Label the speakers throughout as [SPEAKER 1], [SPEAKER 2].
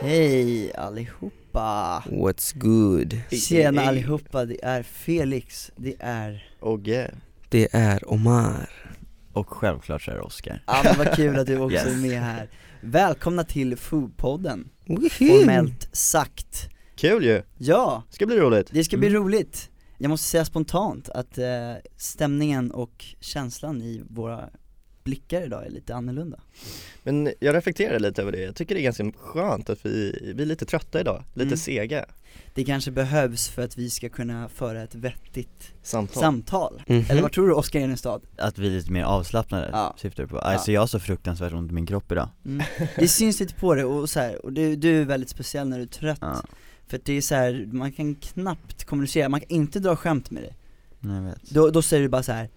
[SPEAKER 1] Hej allihopa!
[SPEAKER 2] What's good?
[SPEAKER 1] Tjena allihopa, det är Felix, det är...
[SPEAKER 3] Ogge
[SPEAKER 2] Det är Omar
[SPEAKER 3] och självklart så är det Oscar
[SPEAKER 1] Ja men vad kul att du också
[SPEAKER 3] Yes.
[SPEAKER 1] är med här Välkomna till Foodpodden,
[SPEAKER 2] Formellt
[SPEAKER 1] formellt sagt
[SPEAKER 3] Kul ju,
[SPEAKER 1] Ja,
[SPEAKER 3] ska bli roligt
[SPEAKER 1] det ska bli roligt Jag måste säga spontant att eh, stämningen och känslan i våra blickar idag är lite annorlunda
[SPEAKER 3] Men jag reflekterar lite över det, jag tycker det är ganska skönt att vi, vi är lite trötta idag, lite
[SPEAKER 1] Mm.
[SPEAKER 3] sega
[SPEAKER 1] Det kanske behövs för att vi ska kunna föra ett vettigt
[SPEAKER 3] samtal
[SPEAKER 1] samtal
[SPEAKER 2] Mhm.
[SPEAKER 1] Eller vad tror du Oskar Enestad?
[SPEAKER 4] Att vi är lite mer avslappnade
[SPEAKER 1] Ja.
[SPEAKER 4] syftar du på? Alltså jag har så fruktansvärt ont i min kropp idag
[SPEAKER 1] Mm. Det syns lite på det och så här, och du, du är väldigt speciell när du är trött
[SPEAKER 4] Ja.
[SPEAKER 1] För att det är så här, man kan knappt kommunicera, man kan inte dra skämt med dig
[SPEAKER 4] Nej, jag vet
[SPEAKER 1] Då, då säger du bara så här.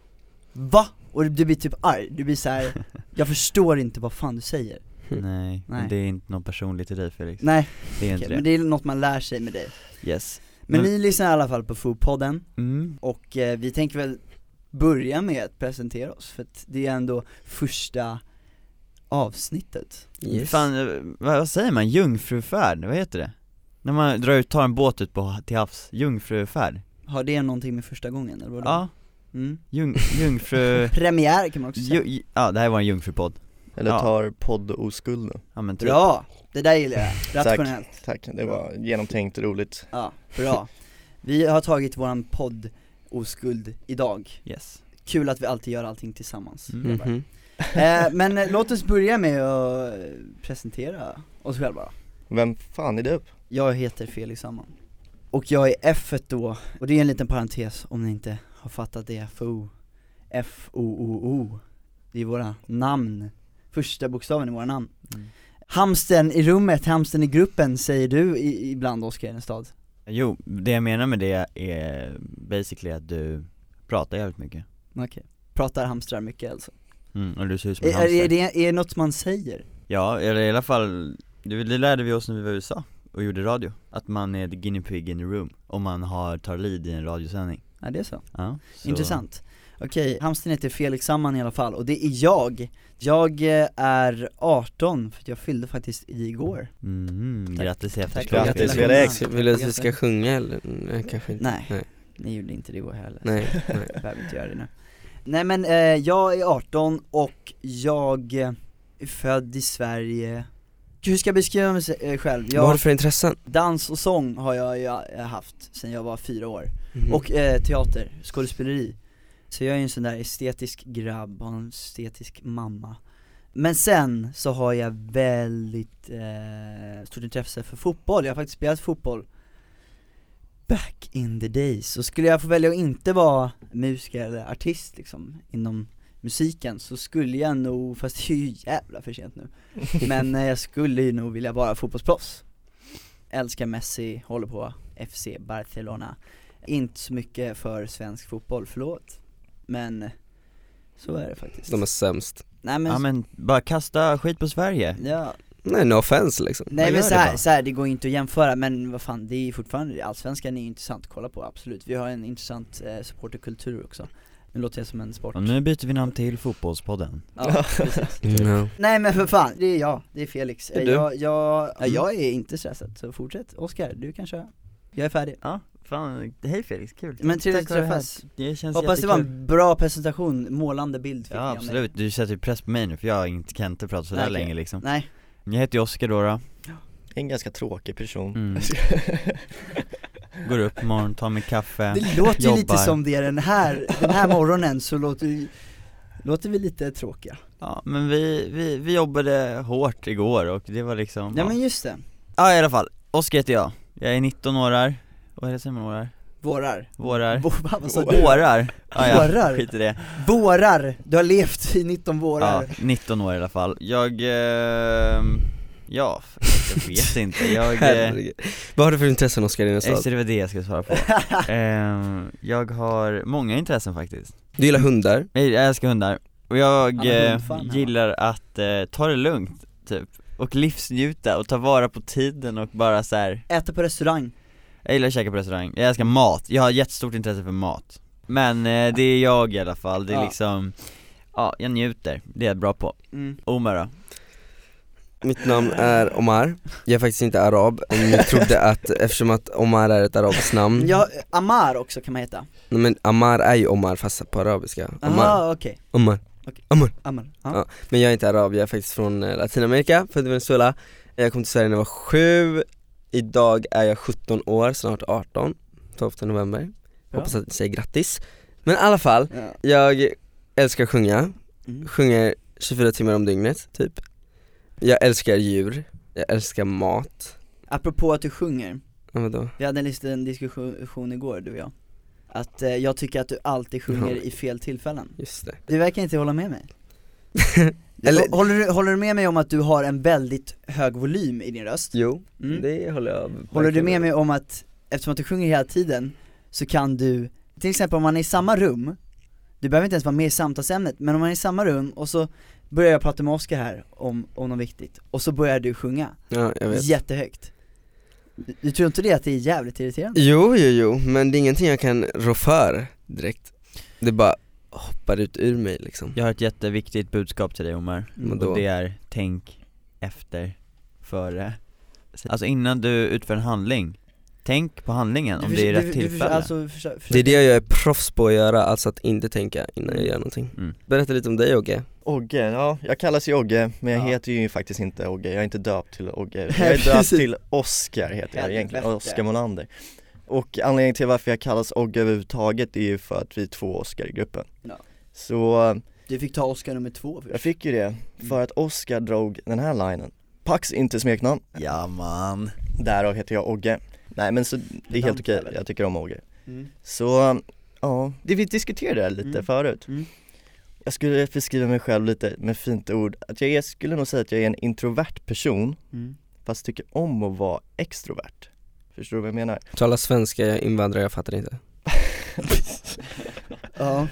[SPEAKER 1] VA? Och du blir typ arg, du blir så här. jag förstår inte vad fan du säger
[SPEAKER 4] Nej,
[SPEAKER 1] Nej.
[SPEAKER 4] men det är inte något personligt i dig Felix
[SPEAKER 1] Nej,
[SPEAKER 4] Det är inte
[SPEAKER 1] okej, men
[SPEAKER 4] det
[SPEAKER 1] det är något man lär sig med dig
[SPEAKER 4] Yes
[SPEAKER 1] Men
[SPEAKER 4] Men-
[SPEAKER 1] ni lyssnar i alla fall på Foodpodden
[SPEAKER 4] mm.
[SPEAKER 1] och eh, vi tänker väl börja med att presentera oss för att det är ändå första avsnittet
[SPEAKER 2] yes.
[SPEAKER 4] Fan, eh, vad, vad säger man? Jungfrufärd? Vad heter det? När man drar ut, tar en båt ut på, till havs, jungfrufärd?
[SPEAKER 1] Har det någonting med första gången eller vadå?
[SPEAKER 4] Ja,
[SPEAKER 1] Mm.
[SPEAKER 4] jung, jungfru...
[SPEAKER 1] Premiär kan man också säga
[SPEAKER 4] ju, ju- ja, det här var en jungfrupodd
[SPEAKER 3] Eller
[SPEAKER 4] Ja.
[SPEAKER 3] tar poddoskulden
[SPEAKER 4] Ja men typ
[SPEAKER 1] Bra! Det där gillar jag, rationellt
[SPEAKER 3] Tack, det var genomtänkt roligt
[SPEAKER 1] Ja, bra. Vi har tagit våran podd Oskuld idag.
[SPEAKER 4] Yes
[SPEAKER 1] Kul att vi alltid gör allting tillsammans.
[SPEAKER 4] Mm.
[SPEAKER 1] grabbar.
[SPEAKER 2] Mhm.
[SPEAKER 1] Eh, men eh, låt oss börja med att eh, presentera oss själva.
[SPEAKER 3] Vem fan är du?
[SPEAKER 1] Jag heter Felix Hammar. Och jag är F då, och det är en liten parentes om ni inte har fattat det, FO, F-O-O-O. Det är våra namn, första bokstaven i våra namn.
[SPEAKER 4] Mm.
[SPEAKER 1] Hamsten i rummet, hamsten i gruppen säger du i, ibland Oskar Enestad.
[SPEAKER 4] Jo, det jag menar med det är basically att du pratar jävligt mycket
[SPEAKER 1] Pratar hamstrar mycket alltså.
[SPEAKER 4] mm, och du ser ut som en
[SPEAKER 1] Är,
[SPEAKER 4] hamster
[SPEAKER 1] är, det, är det något man säger?
[SPEAKER 4] Ja, eller i alla fall, det, det lärde vi oss när vi var i USA och gjorde radio Att man är the guinea pig in the room, om man har, tar lead i en radiosändning
[SPEAKER 1] Ja det är så,
[SPEAKER 4] ja, så-
[SPEAKER 1] intressant Okej, hamsten heter Felix Samman i alla fall och det är jag Jag eh, är 18 för att jag fyllde faktiskt i igår
[SPEAKER 4] Mhm,
[SPEAKER 1] Tack.
[SPEAKER 4] grattis i efterskott
[SPEAKER 3] Grattis,
[SPEAKER 1] Gratulationer.
[SPEAKER 3] Felix.
[SPEAKER 2] Så Vill du att vi ska sjunga eller? Mm, Nej, kanske inte
[SPEAKER 1] Nej.
[SPEAKER 2] Nej,
[SPEAKER 1] Ni gjorde inte det igår heller,
[SPEAKER 2] nej, nej.
[SPEAKER 1] jag behöver inte göra det nu Nej men eh, jag är 18 och jag eh, är född i Sverige Hur ska jag beskriva mig se- eh, själv?
[SPEAKER 2] Vad har
[SPEAKER 1] Jag,
[SPEAKER 2] du för intressen?
[SPEAKER 1] dans och sång har jag ju eh, haft sedan jag var fyra år
[SPEAKER 2] Mhm.
[SPEAKER 1] Och eh, teater, skådespeleri. Så jag är ju en sån där estetisk grabb och en estetisk mamma. Men sen så har jag väldigt eh, stort intresse för fotboll, jag har faktiskt spelat fotboll back in the days. Så skulle jag få välja att inte vara musiker eller artist liksom, inom musiken så skulle jag nog, fast det är ju jävla för sent nu, men eh, jag skulle ju nog vilja vara fotbollsproffs. Älskar Messi, håller på FC Barcelona inte så mycket för svensk fotboll, förlåt. Men så är det faktiskt.
[SPEAKER 2] De är sämst
[SPEAKER 1] Nej men,
[SPEAKER 4] Ja men, bara kasta skit på Sverige
[SPEAKER 1] ja.
[SPEAKER 2] Nej, no offense liksom
[SPEAKER 1] Nej
[SPEAKER 4] gör
[SPEAKER 1] men
[SPEAKER 4] det
[SPEAKER 1] så här,
[SPEAKER 4] bara.
[SPEAKER 1] så här, det går inte att jämföra men vad fan det är ju fortfarande, allsvenskan är ju intressant att kolla på, absolut. Vi har en intressant eh, supporterkultur också. Nu låter jag som en sport.
[SPEAKER 4] Och nu byter vi namn till fotbollspodden
[SPEAKER 1] Ja, precis.
[SPEAKER 2] no.
[SPEAKER 1] Nej men för fan, det är jag, det är Felix.
[SPEAKER 2] Det är
[SPEAKER 1] Eh,
[SPEAKER 2] du.
[SPEAKER 1] jag, jag, Mm. ja, jag är inte stressad, så fortsätt. Oskar, du kan köra. Jag är färdig.
[SPEAKER 4] Ja, fan, hej Felix, kul
[SPEAKER 1] Men trevligt att
[SPEAKER 4] Tack för det här.
[SPEAKER 1] träffas.
[SPEAKER 4] Det känns
[SPEAKER 1] Hoppas det var
[SPEAKER 4] jättekul
[SPEAKER 1] en bra presentation, målande bild fick ni
[SPEAKER 4] Ja
[SPEAKER 1] av mig.
[SPEAKER 4] absolut, du sätter ju press på mig nu för jag har inte, kan inte prata sådär
[SPEAKER 1] Nej, okej.
[SPEAKER 4] länge liksom
[SPEAKER 1] Nej,
[SPEAKER 4] Jag heter ju Oskar då, då.
[SPEAKER 3] En ganska tråkig person
[SPEAKER 4] Mm. går upp på morgonen, tar mig kaffe
[SPEAKER 1] Det låter ju lite
[SPEAKER 4] jobbar.
[SPEAKER 1] som det är den här, den här morgonen så låter vi, låter vi lite tråkiga
[SPEAKER 4] Ja men vi, vi, vi jobbade hårt igår och det var liksom
[SPEAKER 1] Ja men just det,
[SPEAKER 4] Ja i alla fall, Oskar heter jag, jag är 19 år här, vad heter man år här?
[SPEAKER 1] vårar
[SPEAKER 4] Vårar?
[SPEAKER 1] Vå- vad sa du?
[SPEAKER 4] Vårar? Ah, ja,
[SPEAKER 1] Vårar?
[SPEAKER 4] skit i det.
[SPEAKER 1] Vårar, du har levt i 19 vårar
[SPEAKER 4] Ja, 19 år i alla fall. Jag, eh, Ja, för, jag vet inte, jag... eh,
[SPEAKER 2] Herregud. Vad har du för intressen Oskar
[SPEAKER 4] Just det,
[SPEAKER 2] Dinestad?
[SPEAKER 4] det var det jag skulle svara på. Ehm, jag har många intressen faktiskt.
[SPEAKER 2] Du gillar hundar?
[SPEAKER 4] Jag jag älskar hundar, och jag
[SPEAKER 1] Han är
[SPEAKER 4] eh,
[SPEAKER 1] hundfan, han.
[SPEAKER 4] gillar att eh, ta det lugnt, typ. Och livsnjuta och ta vara på tiden och bara så här.
[SPEAKER 1] Äter på restaurang,
[SPEAKER 4] jag gillar att käka på restaurang, jag älskar mat, jag har jättestort intresse för mat. Men eh, det är jag i alla fall, det är
[SPEAKER 1] Ja.
[SPEAKER 4] liksom, ja jag njuter, det är jag bra på.
[SPEAKER 1] mm.
[SPEAKER 4] Omar då?
[SPEAKER 2] Mitt namn är Omar, jag är faktiskt inte arab, om ni trodde att eftersom att Omar är ett arabiskt
[SPEAKER 4] Mm.
[SPEAKER 2] namn
[SPEAKER 1] ja, Amar också kan man heta
[SPEAKER 2] Nej men Amar är ju Omar fast på arabiska, Omar,
[SPEAKER 1] Aha, okej,
[SPEAKER 2] Omar
[SPEAKER 1] Amar, ja.
[SPEAKER 2] Ja. Men jag är inte arab, jag är faktiskt från eh, Latinamerika, född i Venezuela Jag kom till Sverige när jag var sju, idag är jag 17 år, snart 18, 12 november
[SPEAKER 1] Bra.
[SPEAKER 2] Hoppas att ni säger grattis Men i alla fall,
[SPEAKER 1] Ja.
[SPEAKER 2] jag älskar att sjunga,
[SPEAKER 1] Mm.
[SPEAKER 2] sjunger 24 timmar om dygnet typ Jag älskar djur, jag älskar mat,
[SPEAKER 1] Apropå att du sjunger,
[SPEAKER 2] ja, vadå?
[SPEAKER 1] vi hade en liten diskussion igår du och jag Att eh, jag tycker att du alltid sjunger
[SPEAKER 2] Ja.
[SPEAKER 1] i fel tillfällen
[SPEAKER 2] Just det
[SPEAKER 1] Du verkar inte hålla med mig
[SPEAKER 2] Eller-
[SPEAKER 1] håller, du, håller du med mig om att du har en väldigt hög volym i din röst?
[SPEAKER 2] Jo,
[SPEAKER 1] Mm.
[SPEAKER 2] det håller jag
[SPEAKER 1] Håller du
[SPEAKER 2] verkligen
[SPEAKER 1] med mig om att, eftersom att du sjunger hela tiden, så kan du, till exempel om man är i samma rum, du behöver inte ens vara med i samtalsämnet, men om man är i samma rum och så börjar jag prata med Oskar här om, om något viktigt, och så börjar du sjunga,
[SPEAKER 2] Ja, jag vet
[SPEAKER 1] jättehögt du, du tror inte det att det är jävligt irriterande?
[SPEAKER 2] Jo, jo, jo, men det är ingenting jag kan rå för direkt Det bara hoppar ut ur mig liksom
[SPEAKER 4] Jag har ett jätteviktigt budskap till dig Omar,
[SPEAKER 1] Mm.
[SPEAKER 2] Vadå?
[SPEAKER 4] och det är tänk efter, före Alltså innan du utför en handling, tänk på handlingen om
[SPEAKER 1] Du
[SPEAKER 4] det är
[SPEAKER 1] försö-
[SPEAKER 4] rätt
[SPEAKER 1] du, du, försö-
[SPEAKER 4] tillfälle
[SPEAKER 1] alltså, försö- försö-
[SPEAKER 2] Det är det jag är proffs på att göra, alltså att inte tänka innan jag gör någonting
[SPEAKER 4] Mm.
[SPEAKER 2] Berätta lite om dig Ogge
[SPEAKER 3] Ogge, ja, jag kallas ju Ogge, men jag
[SPEAKER 1] Ja.
[SPEAKER 3] heter ju faktiskt inte Ogge, jag är inte döpt till Ogge, jag
[SPEAKER 1] Nej,
[SPEAKER 3] är döpt
[SPEAKER 1] precis.
[SPEAKER 3] till Oscar heter jag egentligen,
[SPEAKER 1] Helvete.
[SPEAKER 3] Oscar Molander Och anledningen till varför jag kallas Ogge överhuvudtaget är ju för att vi är två Oscar i gruppen
[SPEAKER 1] Ja.
[SPEAKER 3] Så
[SPEAKER 1] Du fick ta Oskar nummer två
[SPEAKER 3] jag
[SPEAKER 1] först.
[SPEAKER 3] fick ju det,
[SPEAKER 1] Mm.
[SPEAKER 3] för att Oscar drog den här linen Pax är inte smeknamn,
[SPEAKER 4] Ja man
[SPEAKER 3] därav heter jag Ogge Nej men så, det är helt okej,
[SPEAKER 1] Namnfället.
[SPEAKER 3] jag tycker om Ogge
[SPEAKER 1] Mm.
[SPEAKER 3] Så, ja, det vi diskuterade det här lite
[SPEAKER 1] Mm.
[SPEAKER 3] förut
[SPEAKER 1] Mm.
[SPEAKER 3] Jag skulle beskriva mig själv lite med fint ord, att jag är, skulle nog säga att jag är en introvert person
[SPEAKER 1] Mm.
[SPEAKER 3] fast tycker om att vara extrovert Förstår du vad jag menar?
[SPEAKER 2] Tala svenska, jag invandrar, jag fattar inte
[SPEAKER 1] Ja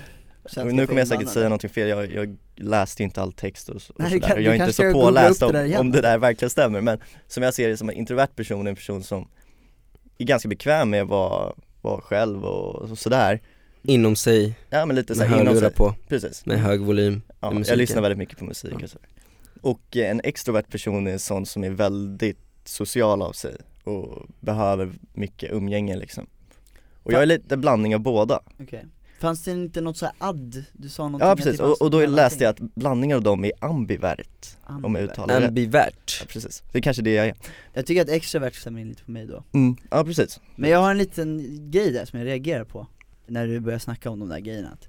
[SPEAKER 1] Sen
[SPEAKER 3] Och
[SPEAKER 1] ska
[SPEAKER 3] nu
[SPEAKER 1] jag
[SPEAKER 3] kommer jag
[SPEAKER 1] få
[SPEAKER 3] säkert
[SPEAKER 1] invandrare.
[SPEAKER 3] säga någonting fel, jag, jag läste inte all text och, så, och
[SPEAKER 1] Nej, du
[SPEAKER 3] sådär
[SPEAKER 1] kan-
[SPEAKER 3] och
[SPEAKER 1] du
[SPEAKER 3] jag är inte
[SPEAKER 1] kanske
[SPEAKER 3] så
[SPEAKER 1] ska googla upp
[SPEAKER 3] påläst
[SPEAKER 1] det
[SPEAKER 3] om,
[SPEAKER 1] där igen.
[SPEAKER 3] om det där verkligen stämmer men som jag ser det som en introvert person är en person som är ganska bekväm med att vara, vara själv och, och sådär
[SPEAKER 2] Inom sig,
[SPEAKER 3] Ja men lite
[SPEAKER 2] med
[SPEAKER 3] såhär inom
[SPEAKER 2] hörlurar
[SPEAKER 3] sig,
[SPEAKER 2] på,
[SPEAKER 3] precis
[SPEAKER 2] med hög volym
[SPEAKER 3] Ja,
[SPEAKER 2] i
[SPEAKER 3] jag
[SPEAKER 2] musiken.
[SPEAKER 3] lyssnar väldigt mycket på musik
[SPEAKER 2] Ja.
[SPEAKER 3] och sådär. Och eh, en extrovert person är en sån som är väldigt social av sig och behöver mycket umgänge liksom. Och jag är lite blandning av båda.
[SPEAKER 1] Okej. Fanns det inte något så här add? Du sa någonting
[SPEAKER 3] Ja
[SPEAKER 1] att det
[SPEAKER 3] precis,
[SPEAKER 1] fanns
[SPEAKER 3] och, och då
[SPEAKER 1] mellanting.
[SPEAKER 3] läste jag att blandningen av dem är ambivert, om jag
[SPEAKER 1] Ambivert.
[SPEAKER 3] uttalar det rätt.
[SPEAKER 2] Ambivert
[SPEAKER 3] Ja, precis, det är kanske det jag är.
[SPEAKER 1] Jag tycker att extrovert stämmer in lite på mig då
[SPEAKER 3] Mm. Ja precis.
[SPEAKER 1] Men jag har en liten grej där som jag reagerar på När du börjar snacka om de där grejerna att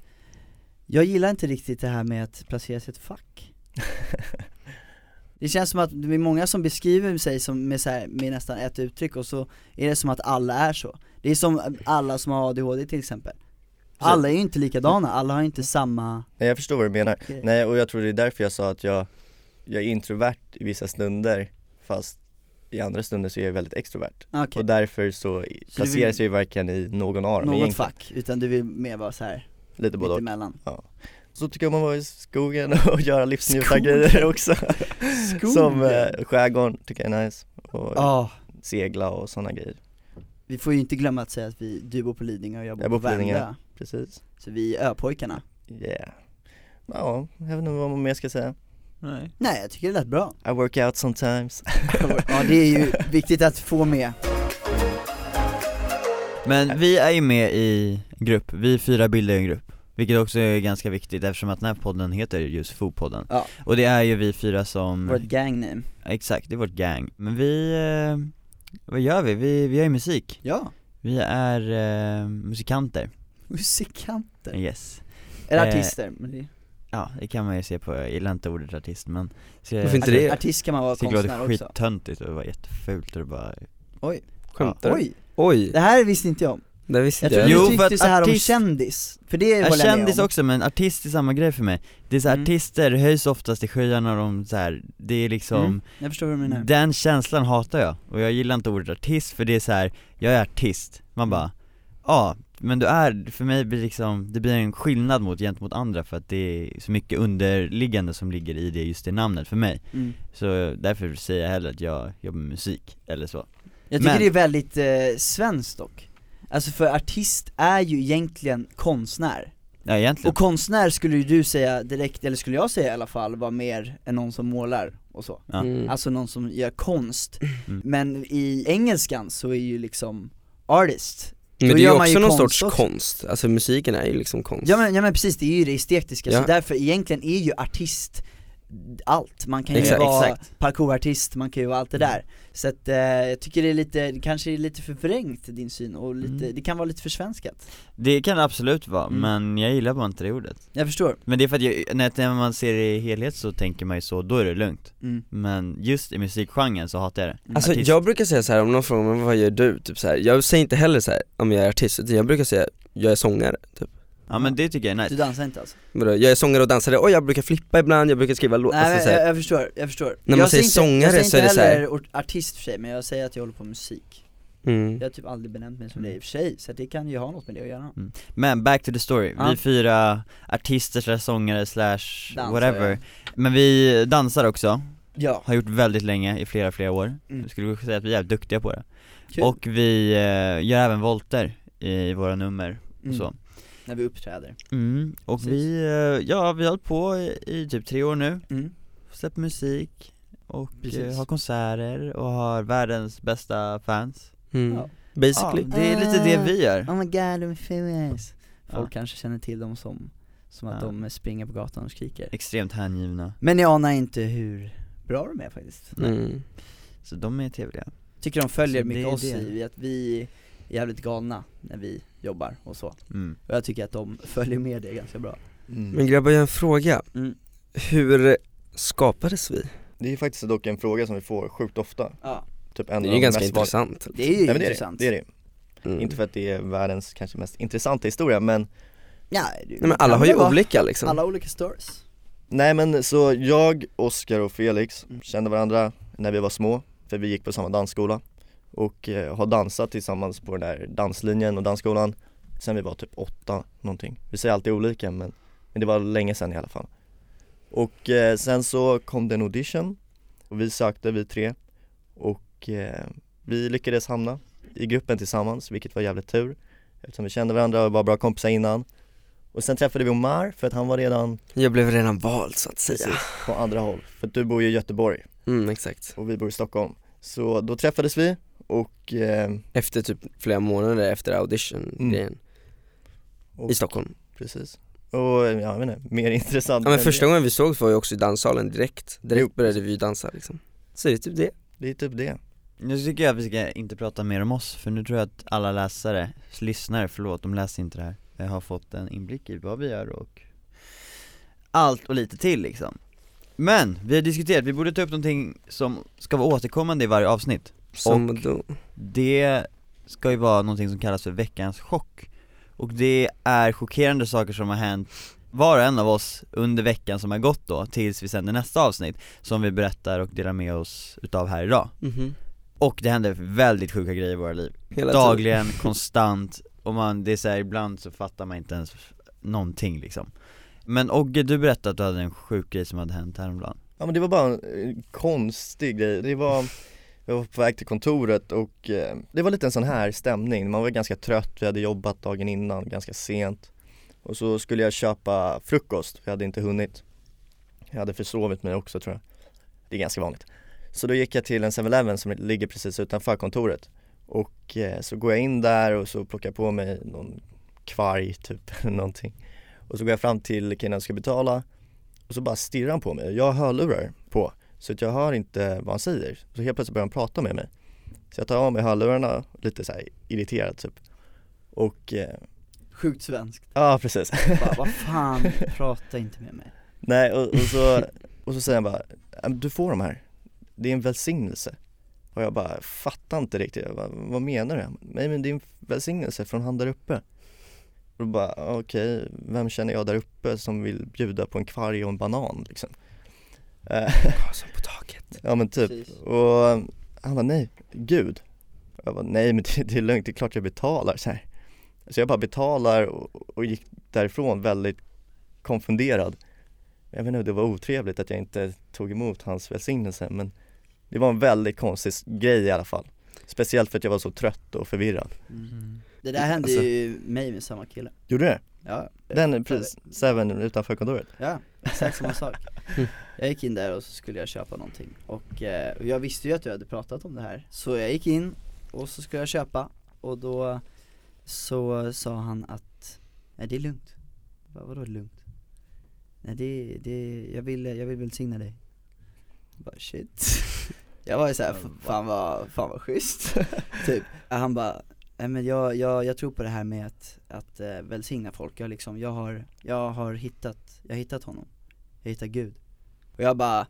[SPEAKER 1] Jag gillar inte riktigt det här med att placera sig i ett fack Det känns som att det är många som beskriver sig som med, så här, med nästan ett uttryck och så är det som att alla är så Det är som alla som har ADHD till exempel Alla är ju inte likadana, alla har inte samma
[SPEAKER 3] Nej jag förstår vad du menar.
[SPEAKER 1] grej.
[SPEAKER 3] Nej och jag tror det är därför jag sa att jag, jag är introvert i vissa stunder fast i andra stunder så är jag väldigt extrovert.
[SPEAKER 1] Ah, Okej.
[SPEAKER 3] Och därför så placeras jag ju varken i någon av dem
[SPEAKER 1] Något
[SPEAKER 3] egentligen.
[SPEAKER 1] fack, utan du vill mer vara så här
[SPEAKER 3] Lite både
[SPEAKER 1] mitt
[SPEAKER 3] och.
[SPEAKER 1] emellan
[SPEAKER 3] Så tycker jag om att vara i skogen och göra
[SPEAKER 1] Skogen?
[SPEAKER 3] livsnjutargrejer också Som eh, skärgården tycker jag är nice och
[SPEAKER 1] Ja,
[SPEAKER 3] segla och sådana grejer
[SPEAKER 1] vi får ju inte glömma att säga att vi, du bor på Lidingö och jag bor,
[SPEAKER 3] Jag
[SPEAKER 1] på
[SPEAKER 3] bor på Lidingö.
[SPEAKER 1] Värmdö
[SPEAKER 3] Precis
[SPEAKER 1] Så vi är öpojkarna
[SPEAKER 3] Yeah Ja, jag vet inte vad man mer ska säga
[SPEAKER 4] Nej
[SPEAKER 1] Nej jag tycker det lät bra
[SPEAKER 3] I work out sometimes
[SPEAKER 1] Ja det är ju viktigt att få med
[SPEAKER 4] Men vi är ju med i en grupp, vi fyra bildar ju en grupp Vilket också är ganska viktigt eftersom att den här podden heter just Fotpodden
[SPEAKER 1] Ja.
[SPEAKER 4] Och det är ju vi fyra som,
[SPEAKER 1] vårt gang name
[SPEAKER 4] exakt, det är vårt gang Men vi, eh, vad gör vi? Vi, vi gör ju musik
[SPEAKER 1] Ja,
[SPEAKER 4] Vi är eh, musikanter,
[SPEAKER 1] musikanter,
[SPEAKER 4] yes
[SPEAKER 1] eller
[SPEAKER 4] Eh,
[SPEAKER 1] artister men det,
[SPEAKER 4] Ja, det kan man ju se på, jag gillar inte ordet artist men
[SPEAKER 2] Varför inte det?
[SPEAKER 1] Artist kan man vara
[SPEAKER 4] Jag tycker det
[SPEAKER 1] konstnär
[SPEAKER 4] låter
[SPEAKER 1] också
[SPEAKER 4] skittöntigt och det var jättefult och det bara
[SPEAKER 2] Skämtar du?
[SPEAKER 1] Oj,
[SPEAKER 2] Oj!
[SPEAKER 1] det här visste inte jag om
[SPEAKER 2] Det visste
[SPEAKER 1] Jag
[SPEAKER 2] inte
[SPEAKER 1] trodde
[SPEAKER 2] jag.
[SPEAKER 4] Jo,
[SPEAKER 1] du
[SPEAKER 4] för
[SPEAKER 1] tyckte
[SPEAKER 4] att
[SPEAKER 1] så här om
[SPEAKER 4] artist-
[SPEAKER 1] kändis, för det
[SPEAKER 4] Jag
[SPEAKER 1] håller jag med
[SPEAKER 4] kändis
[SPEAKER 1] om
[SPEAKER 4] också men artist är samma grej för mig Det är så här,
[SPEAKER 1] Mm.
[SPEAKER 4] artister höjs oftast i skyarna de så här, det är liksom,
[SPEAKER 1] Mm, Jag förstår vad du menar
[SPEAKER 4] den känslan hatar jag och jag gillar inte ordet artist för det är så här, jag är artist, man
[SPEAKER 1] Mm.
[SPEAKER 4] bara Ja, men du är, för mig blir liksom, det blir en skillnad mot gentemot andra för att det är så mycket underliggande som ligger i det, just det namnet för mig
[SPEAKER 1] mm.
[SPEAKER 4] Så därför säger jag hellre att jag jobbar med musik, eller så
[SPEAKER 1] Jag tycker
[SPEAKER 4] Men-
[SPEAKER 1] det är väldigt eh, svenskt dock Alltså för artist är ju egentligen konstnär,
[SPEAKER 4] Ja egentligen,
[SPEAKER 1] och konstnär skulle ju du säga direkt, eller skulle jag säga i alla fall, var mer än någon som målar och så
[SPEAKER 4] Ja.
[SPEAKER 2] Mm.
[SPEAKER 1] Alltså någon som gör konst,
[SPEAKER 4] Mm.
[SPEAKER 1] men i engelskan så är ju liksom artist
[SPEAKER 2] Men
[SPEAKER 1] då
[SPEAKER 2] det är ju
[SPEAKER 1] gör man
[SPEAKER 2] också
[SPEAKER 1] ju
[SPEAKER 2] någon
[SPEAKER 1] konst
[SPEAKER 2] sorts
[SPEAKER 1] också.
[SPEAKER 2] konst, alltså musiken är ju liksom konst
[SPEAKER 1] Ja men, ja men precis, det är ju det estetiska,
[SPEAKER 2] Ja.
[SPEAKER 1] så därför egentligen är ju artist allt, man kan ju
[SPEAKER 2] Exakt,
[SPEAKER 1] vara
[SPEAKER 2] exakt. Mm.
[SPEAKER 1] parkourartist, man kan ju vara allt det där Så att eh, jag tycker det är lite, det kanske är lite förvrängt din syn och lite,
[SPEAKER 4] Mm.
[SPEAKER 1] det kan vara lite försvenskat
[SPEAKER 4] det kan det absolut vara,
[SPEAKER 1] Mm.
[SPEAKER 4] men jag gillar bara inte det ordet
[SPEAKER 1] Jag förstår,
[SPEAKER 4] Men det är för att jag, när, när man ser det i helhet så tänker man ju så, då är det lugnt
[SPEAKER 1] mm.
[SPEAKER 4] Men just i musikgenren så hatar jag det
[SPEAKER 2] Alltså
[SPEAKER 4] Artist.
[SPEAKER 2] jag brukar säga så här om någon frågar mig vad gör du? Typ så här. jag säger inte heller så här om jag är artist, utan jag brukar säga jag är sångare typ
[SPEAKER 4] Ja men det tycker jag
[SPEAKER 1] du
[SPEAKER 4] är nice
[SPEAKER 1] dansar inte alltså?
[SPEAKER 2] Vadå, Jag är sångare och dansare, och jag brukar flippa ibland, jag brukar skriva låtar,
[SPEAKER 1] Nej
[SPEAKER 2] alltså, så
[SPEAKER 1] jag,
[SPEAKER 2] här.
[SPEAKER 1] jag förstår, jag förstår
[SPEAKER 2] man
[SPEAKER 1] jag
[SPEAKER 2] säger sångare
[SPEAKER 1] jag säger
[SPEAKER 2] så är det så här-
[SPEAKER 1] heller or- artist för sig, men jag säger att jag håller på med musik
[SPEAKER 2] Mm.
[SPEAKER 1] Jag har typ aldrig benämnt mig som det i och för sig, så att det kan ju ha något med det att göra
[SPEAKER 4] Men back to the story,
[SPEAKER 1] Ja.
[SPEAKER 4] vi fyra artister slash sångare slash
[SPEAKER 1] Dansare.
[SPEAKER 4] whatever Men vi dansar också,
[SPEAKER 1] Ja,
[SPEAKER 4] har gjort väldigt länge, i flera flera år
[SPEAKER 1] Mm.
[SPEAKER 4] Jag skulle säga att vi är jävligt duktiga på det
[SPEAKER 1] kul
[SPEAKER 4] Och vi eh, gör även volter i våra nummer och
[SPEAKER 1] Mm.
[SPEAKER 4] så
[SPEAKER 1] När vi uppträder
[SPEAKER 4] mm. Och
[SPEAKER 1] Precis.
[SPEAKER 4] vi, eh, ja vi har hållit på i, i typ tre år nu
[SPEAKER 1] mm.
[SPEAKER 4] släppt musik och
[SPEAKER 1] Precis.
[SPEAKER 4] eh, har konserter och har världens bästa fans
[SPEAKER 2] Mm.
[SPEAKER 1] Ja.
[SPEAKER 2] Basically
[SPEAKER 4] Ja, det är lite det vi gör
[SPEAKER 1] Oh my god, I'm famous Folk
[SPEAKER 4] Ja.
[SPEAKER 1] kanske känner till dem som, som att
[SPEAKER 4] Ja.
[SPEAKER 1] de springer på gatan och skriker
[SPEAKER 4] Extremt hängivna,
[SPEAKER 1] Men jag anar inte hur bra de är faktiskt
[SPEAKER 2] mm.
[SPEAKER 4] så de är trevliga
[SPEAKER 1] Tycker de följer
[SPEAKER 4] Så det
[SPEAKER 1] mycket
[SPEAKER 4] är
[SPEAKER 1] oss
[SPEAKER 4] det.
[SPEAKER 1] i att vi är jävligt galna när vi jobbar och så
[SPEAKER 4] mm.
[SPEAKER 1] Och jag tycker att de följer med det ganska bra
[SPEAKER 2] Men grabbar, jag har en fråga
[SPEAKER 1] Mm.
[SPEAKER 2] Hur skapades vi?
[SPEAKER 3] Det är faktiskt dock en fråga som vi får sjukt ofta,
[SPEAKER 1] Ja,
[SPEAKER 3] typ en
[SPEAKER 2] Det är
[SPEAKER 3] av
[SPEAKER 2] ju
[SPEAKER 3] de
[SPEAKER 2] ganska
[SPEAKER 3] mest
[SPEAKER 2] intressant
[SPEAKER 1] det är ju
[SPEAKER 3] vanliga- Nej, men det är
[SPEAKER 1] intressant
[SPEAKER 3] Det, det är det.
[SPEAKER 2] mm.
[SPEAKER 3] Inte för att det är världens kanske mest intressanta historia men
[SPEAKER 1] Ja, det
[SPEAKER 2] Nej men alla
[SPEAKER 1] kan
[SPEAKER 2] har ju
[SPEAKER 1] det vara.
[SPEAKER 2] olika liksom
[SPEAKER 1] Alla olika stories
[SPEAKER 3] Nej men så jag, Oskar och Felix
[SPEAKER 1] Mm.
[SPEAKER 3] kände varandra när vi var små för vi gick på samma dansskola och eh, har dansat tillsammans på den där danslinjen och dansskolan sen vi var typ åtta någonting. Vi säger alltid olika men, men det var länge sedan i alla fall. Och eh, sen så kom det en audition och vi sökte vi tre och eh, vi lyckades hamna i gruppen tillsammans vilket var jävligt tur eftersom vi kände varandra och var bra kompisar innan. Och sen träffade vi Omar för att han var redan
[SPEAKER 2] Jag blev redan vald så att säga
[SPEAKER 3] Precis, på andra håll. För att du bor ju i Göteborg
[SPEAKER 2] mm, exakt
[SPEAKER 3] och vi bor i Stockholm. Så då träffades vi och, eh,
[SPEAKER 2] Efter typ flera månader efter audition-grejen
[SPEAKER 3] och
[SPEAKER 2] i Stockholm
[SPEAKER 3] Precis. Och ja, jag vet inte, mer intressant
[SPEAKER 2] Ja men
[SPEAKER 3] än
[SPEAKER 2] första
[SPEAKER 3] det.
[SPEAKER 2] gången vi sågs var ju också i danssalen direkt, direkt
[SPEAKER 3] Jo.
[SPEAKER 2] började vi ju dansa liksom Så det är typ det
[SPEAKER 3] Det är typ det.
[SPEAKER 4] Nu tycker jag att vi ska inte prata mer om oss, för nu tror jag att alla läsare, lyssnare, förlåt, de läser inte det här eh, Har fått en inblick i vad vi gör och allt och lite till liksom Men, vi har diskuterat, vi borde ta upp någonting som ska vara återkommande i varje avsnitt
[SPEAKER 2] Som då,
[SPEAKER 4] Det ska ju vara någonting som kallas för veckans chock Och det är chockerande saker som har hänt var och en av oss under veckan som har gått då, tills vi sänder nästa avsnitt Som vi berättar och delar med oss utav här idag
[SPEAKER 2] Mhm.
[SPEAKER 4] Och det händer väldigt sjuka grejer i våra liv
[SPEAKER 2] Hela
[SPEAKER 4] Dagligen, konstant, och man, det är så här, ibland så fattar man inte ens någonting liksom Men Ogge, du berättade att du hade en sjuk grej som hade hänt häromdagen
[SPEAKER 3] Ja men det var bara en eh, konstig grej. Det var, jag var på väg till kontoret och eh, det var lite en sån här stämning. Man var ganska trött, vi hade jobbat dagen innan ganska sent. Och så skulle jag köpa frukost, för jag hade inte hunnit. Jag hade försovit mig också tror jag. Det är ganska vanligt. Så då gick jag till en 7-Eleven som ligger precis utanför kontoret. Och eh, så går jag in där och så plockar jag på mig någon kvarg typ, eller någonting. Och så går jag fram till killen som ska betala och så bara stirrar han på mig. Jag har hörlurar på så att jag hör inte vad han säger. Så helt plötsligt börjar han prata med mig. Så jag tar av mig hörlurarna lite så här irriterad typ. Och, eh,
[SPEAKER 1] Sjukt svenskt,
[SPEAKER 3] ja precis.
[SPEAKER 1] bara vad fan, prata inte med mig
[SPEAKER 3] Nej och, och, så, och så säger han bara, "Ja, men du får de här. Det är en välsignelse. Och jag bara fattar inte riktigt, jag bara, vad menar du? Nej men det är en välsignelse från han där uppe. Och då bara okej, vem känner jag där uppe som vill bjuda på en kvarg och en banan liksom? Eh,
[SPEAKER 2] Som på taket.
[SPEAKER 3] ja men typ.
[SPEAKER 1] Precis.
[SPEAKER 3] Och han bara nej, gud. Jag bara nej men det, det är lugnt, det är klart jag betalar så här. Så jag bara betalar och, och gick därifrån väldigt konfunderad. Jag vet inte, det var otrevligt att jag inte tog emot hans välsignelse men det var en väldigt konstig grej i alla fall. Speciellt för att jag var så trött och förvirrad.
[SPEAKER 1] Det där hände
[SPEAKER 3] Alltså-
[SPEAKER 1] ju mig med samma kille
[SPEAKER 3] Gjorde det?
[SPEAKER 1] Ja,
[SPEAKER 3] Den, precis, Seven utanför kontoret.
[SPEAKER 1] Ja, exakt samma sak. Jag gick in där och så skulle jag köpa någonting och, eh, och jag visste ju att du hade pratat om det här Så jag gick in och så skulle jag köpa och då så sa han att Nej det är lugnt Vad, Vadå lugnt? Nej det, det, jag vill, jag vill välsigna dig Jag bara shit Jag var ju såhär, fan vad, fan vad schysst Typ, han bara Nej men jag, jag, jag tror på det här med att, att eh, välsigna folk, jag liksom, jag har, jag har hittat, jag har hittat honom Jag hittar gud Och jag bara,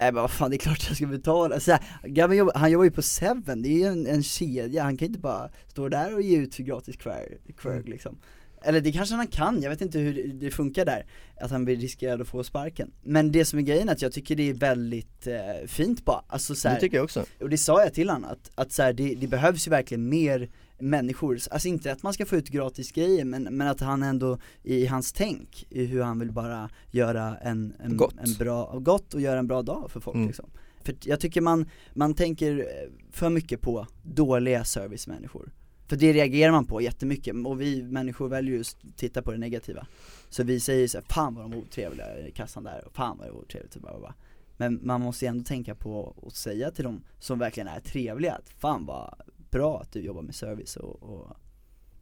[SPEAKER 1] nej men vad fan det är klart jag ska betala, så här, grabben jobbar- han jobbar ju på Seven, det är ju en, en kedja, han kan ju inte bara stå där och ge ut för gratis quirk, quirk liksom Eller det kanske han kan, jag vet inte hur det- det funkar där, att han blir riskerad att få sparken Men det som är grejen är att jag tycker det är väldigt eh, fint bara, alltså så här,
[SPEAKER 3] Det tycker jag också.
[SPEAKER 1] och det sa jag till honom, att, att så här, det, det behövs ju verkligen mer människor, alltså inte att man ska få ut gratis grejer men, men att han ändå i hans tänk, i hur han vill bara göra en, en,
[SPEAKER 2] Gott.
[SPEAKER 1] en bra, gott och göra en bra dag för folk
[SPEAKER 3] Mm.
[SPEAKER 1] liksom. För jag tycker man, man tänker eh, för mycket på dåliga servicemänniskor. För det reagerar man på jättemycket och vi människor väljer just att titta på det negativa. Så vi säger så här, fan vad de var otrevliga i kassan där, och fan vad det var otrevligt och bara, bara. Men man måste ju ändå tänka på att säga till dem som verkligen är trevliga att fan vad bra att du jobbar med service och, och...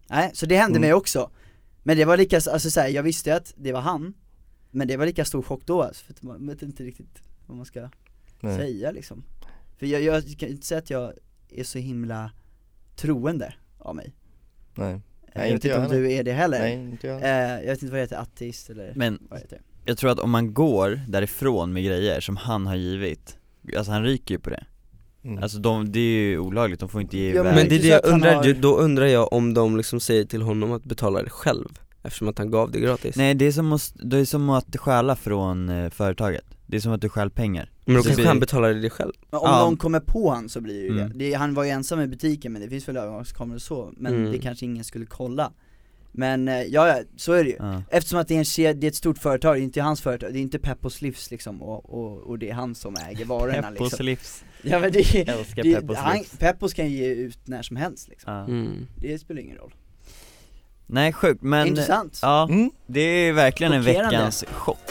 [SPEAKER 1] Nej, så det hände
[SPEAKER 3] Mm.
[SPEAKER 1] mig också Men det var lika, alltså så här, jag visste ju att det var han Men det var lika stor chock då alltså, för att man vet inte riktigt vad man ska
[SPEAKER 3] Nej.
[SPEAKER 1] säga liksom För jag, jag kan ju inte säga att jag är så himla troende av mig
[SPEAKER 3] Nej.
[SPEAKER 1] Jag vet
[SPEAKER 3] Nej,
[SPEAKER 1] inte
[SPEAKER 3] inte jag
[SPEAKER 1] om du är det heller
[SPEAKER 3] Nej, inte jag.
[SPEAKER 1] Eh, Jag vet inte vad det heter, ateist eller
[SPEAKER 4] Men
[SPEAKER 1] vad det heter
[SPEAKER 4] jag tror att om man går därifrån med grejer som han har givit Alltså han ryker ju på det
[SPEAKER 3] Mm.
[SPEAKER 4] Alltså de, det är ju olagligt, de får inte ge
[SPEAKER 1] Ja,
[SPEAKER 4] iväg
[SPEAKER 2] Men det är
[SPEAKER 1] inte
[SPEAKER 2] det
[SPEAKER 1] så
[SPEAKER 2] jag
[SPEAKER 1] att han
[SPEAKER 2] undrar,
[SPEAKER 1] har-
[SPEAKER 2] ju- då undrar jag om de liksom säger till honom att betala det själv Eftersom att han gav det gratis
[SPEAKER 4] Nej det är, som att, det är som att stjäla från eh, företaget, det är som att du stjäl pengar
[SPEAKER 2] Men då
[SPEAKER 4] Så
[SPEAKER 2] kanske
[SPEAKER 4] blir-
[SPEAKER 2] han betalade det själv
[SPEAKER 1] Men om
[SPEAKER 4] Ja.
[SPEAKER 1] någon kommer på han så blir det ju det.
[SPEAKER 4] Mm.
[SPEAKER 1] det Han var ju ensam i butiken men det finns väl övervakningskameror och så, men
[SPEAKER 2] Mm.
[SPEAKER 1] det kanske ingen skulle kolla Men eh, ja, ja, så är det ju
[SPEAKER 4] ja.
[SPEAKER 1] Eftersom att det är en kedja, det är ett stort företag, det är inte hans företag, det är inte Peppos livs liksom och, och, och det är han som äger varorna liksom
[SPEAKER 4] livs,
[SPEAKER 1] Ja men det är,
[SPEAKER 4] älskar
[SPEAKER 1] det, är- han, Peppos kan ju ge ut när som helst liksom
[SPEAKER 4] ja.
[SPEAKER 2] mm.
[SPEAKER 1] Det spelar ingen roll
[SPEAKER 4] Nej sjukt men,
[SPEAKER 1] Intressant!
[SPEAKER 4] ja
[SPEAKER 3] Mm.
[SPEAKER 4] det är verkligen en
[SPEAKER 1] Chockerande.
[SPEAKER 4] veckans chock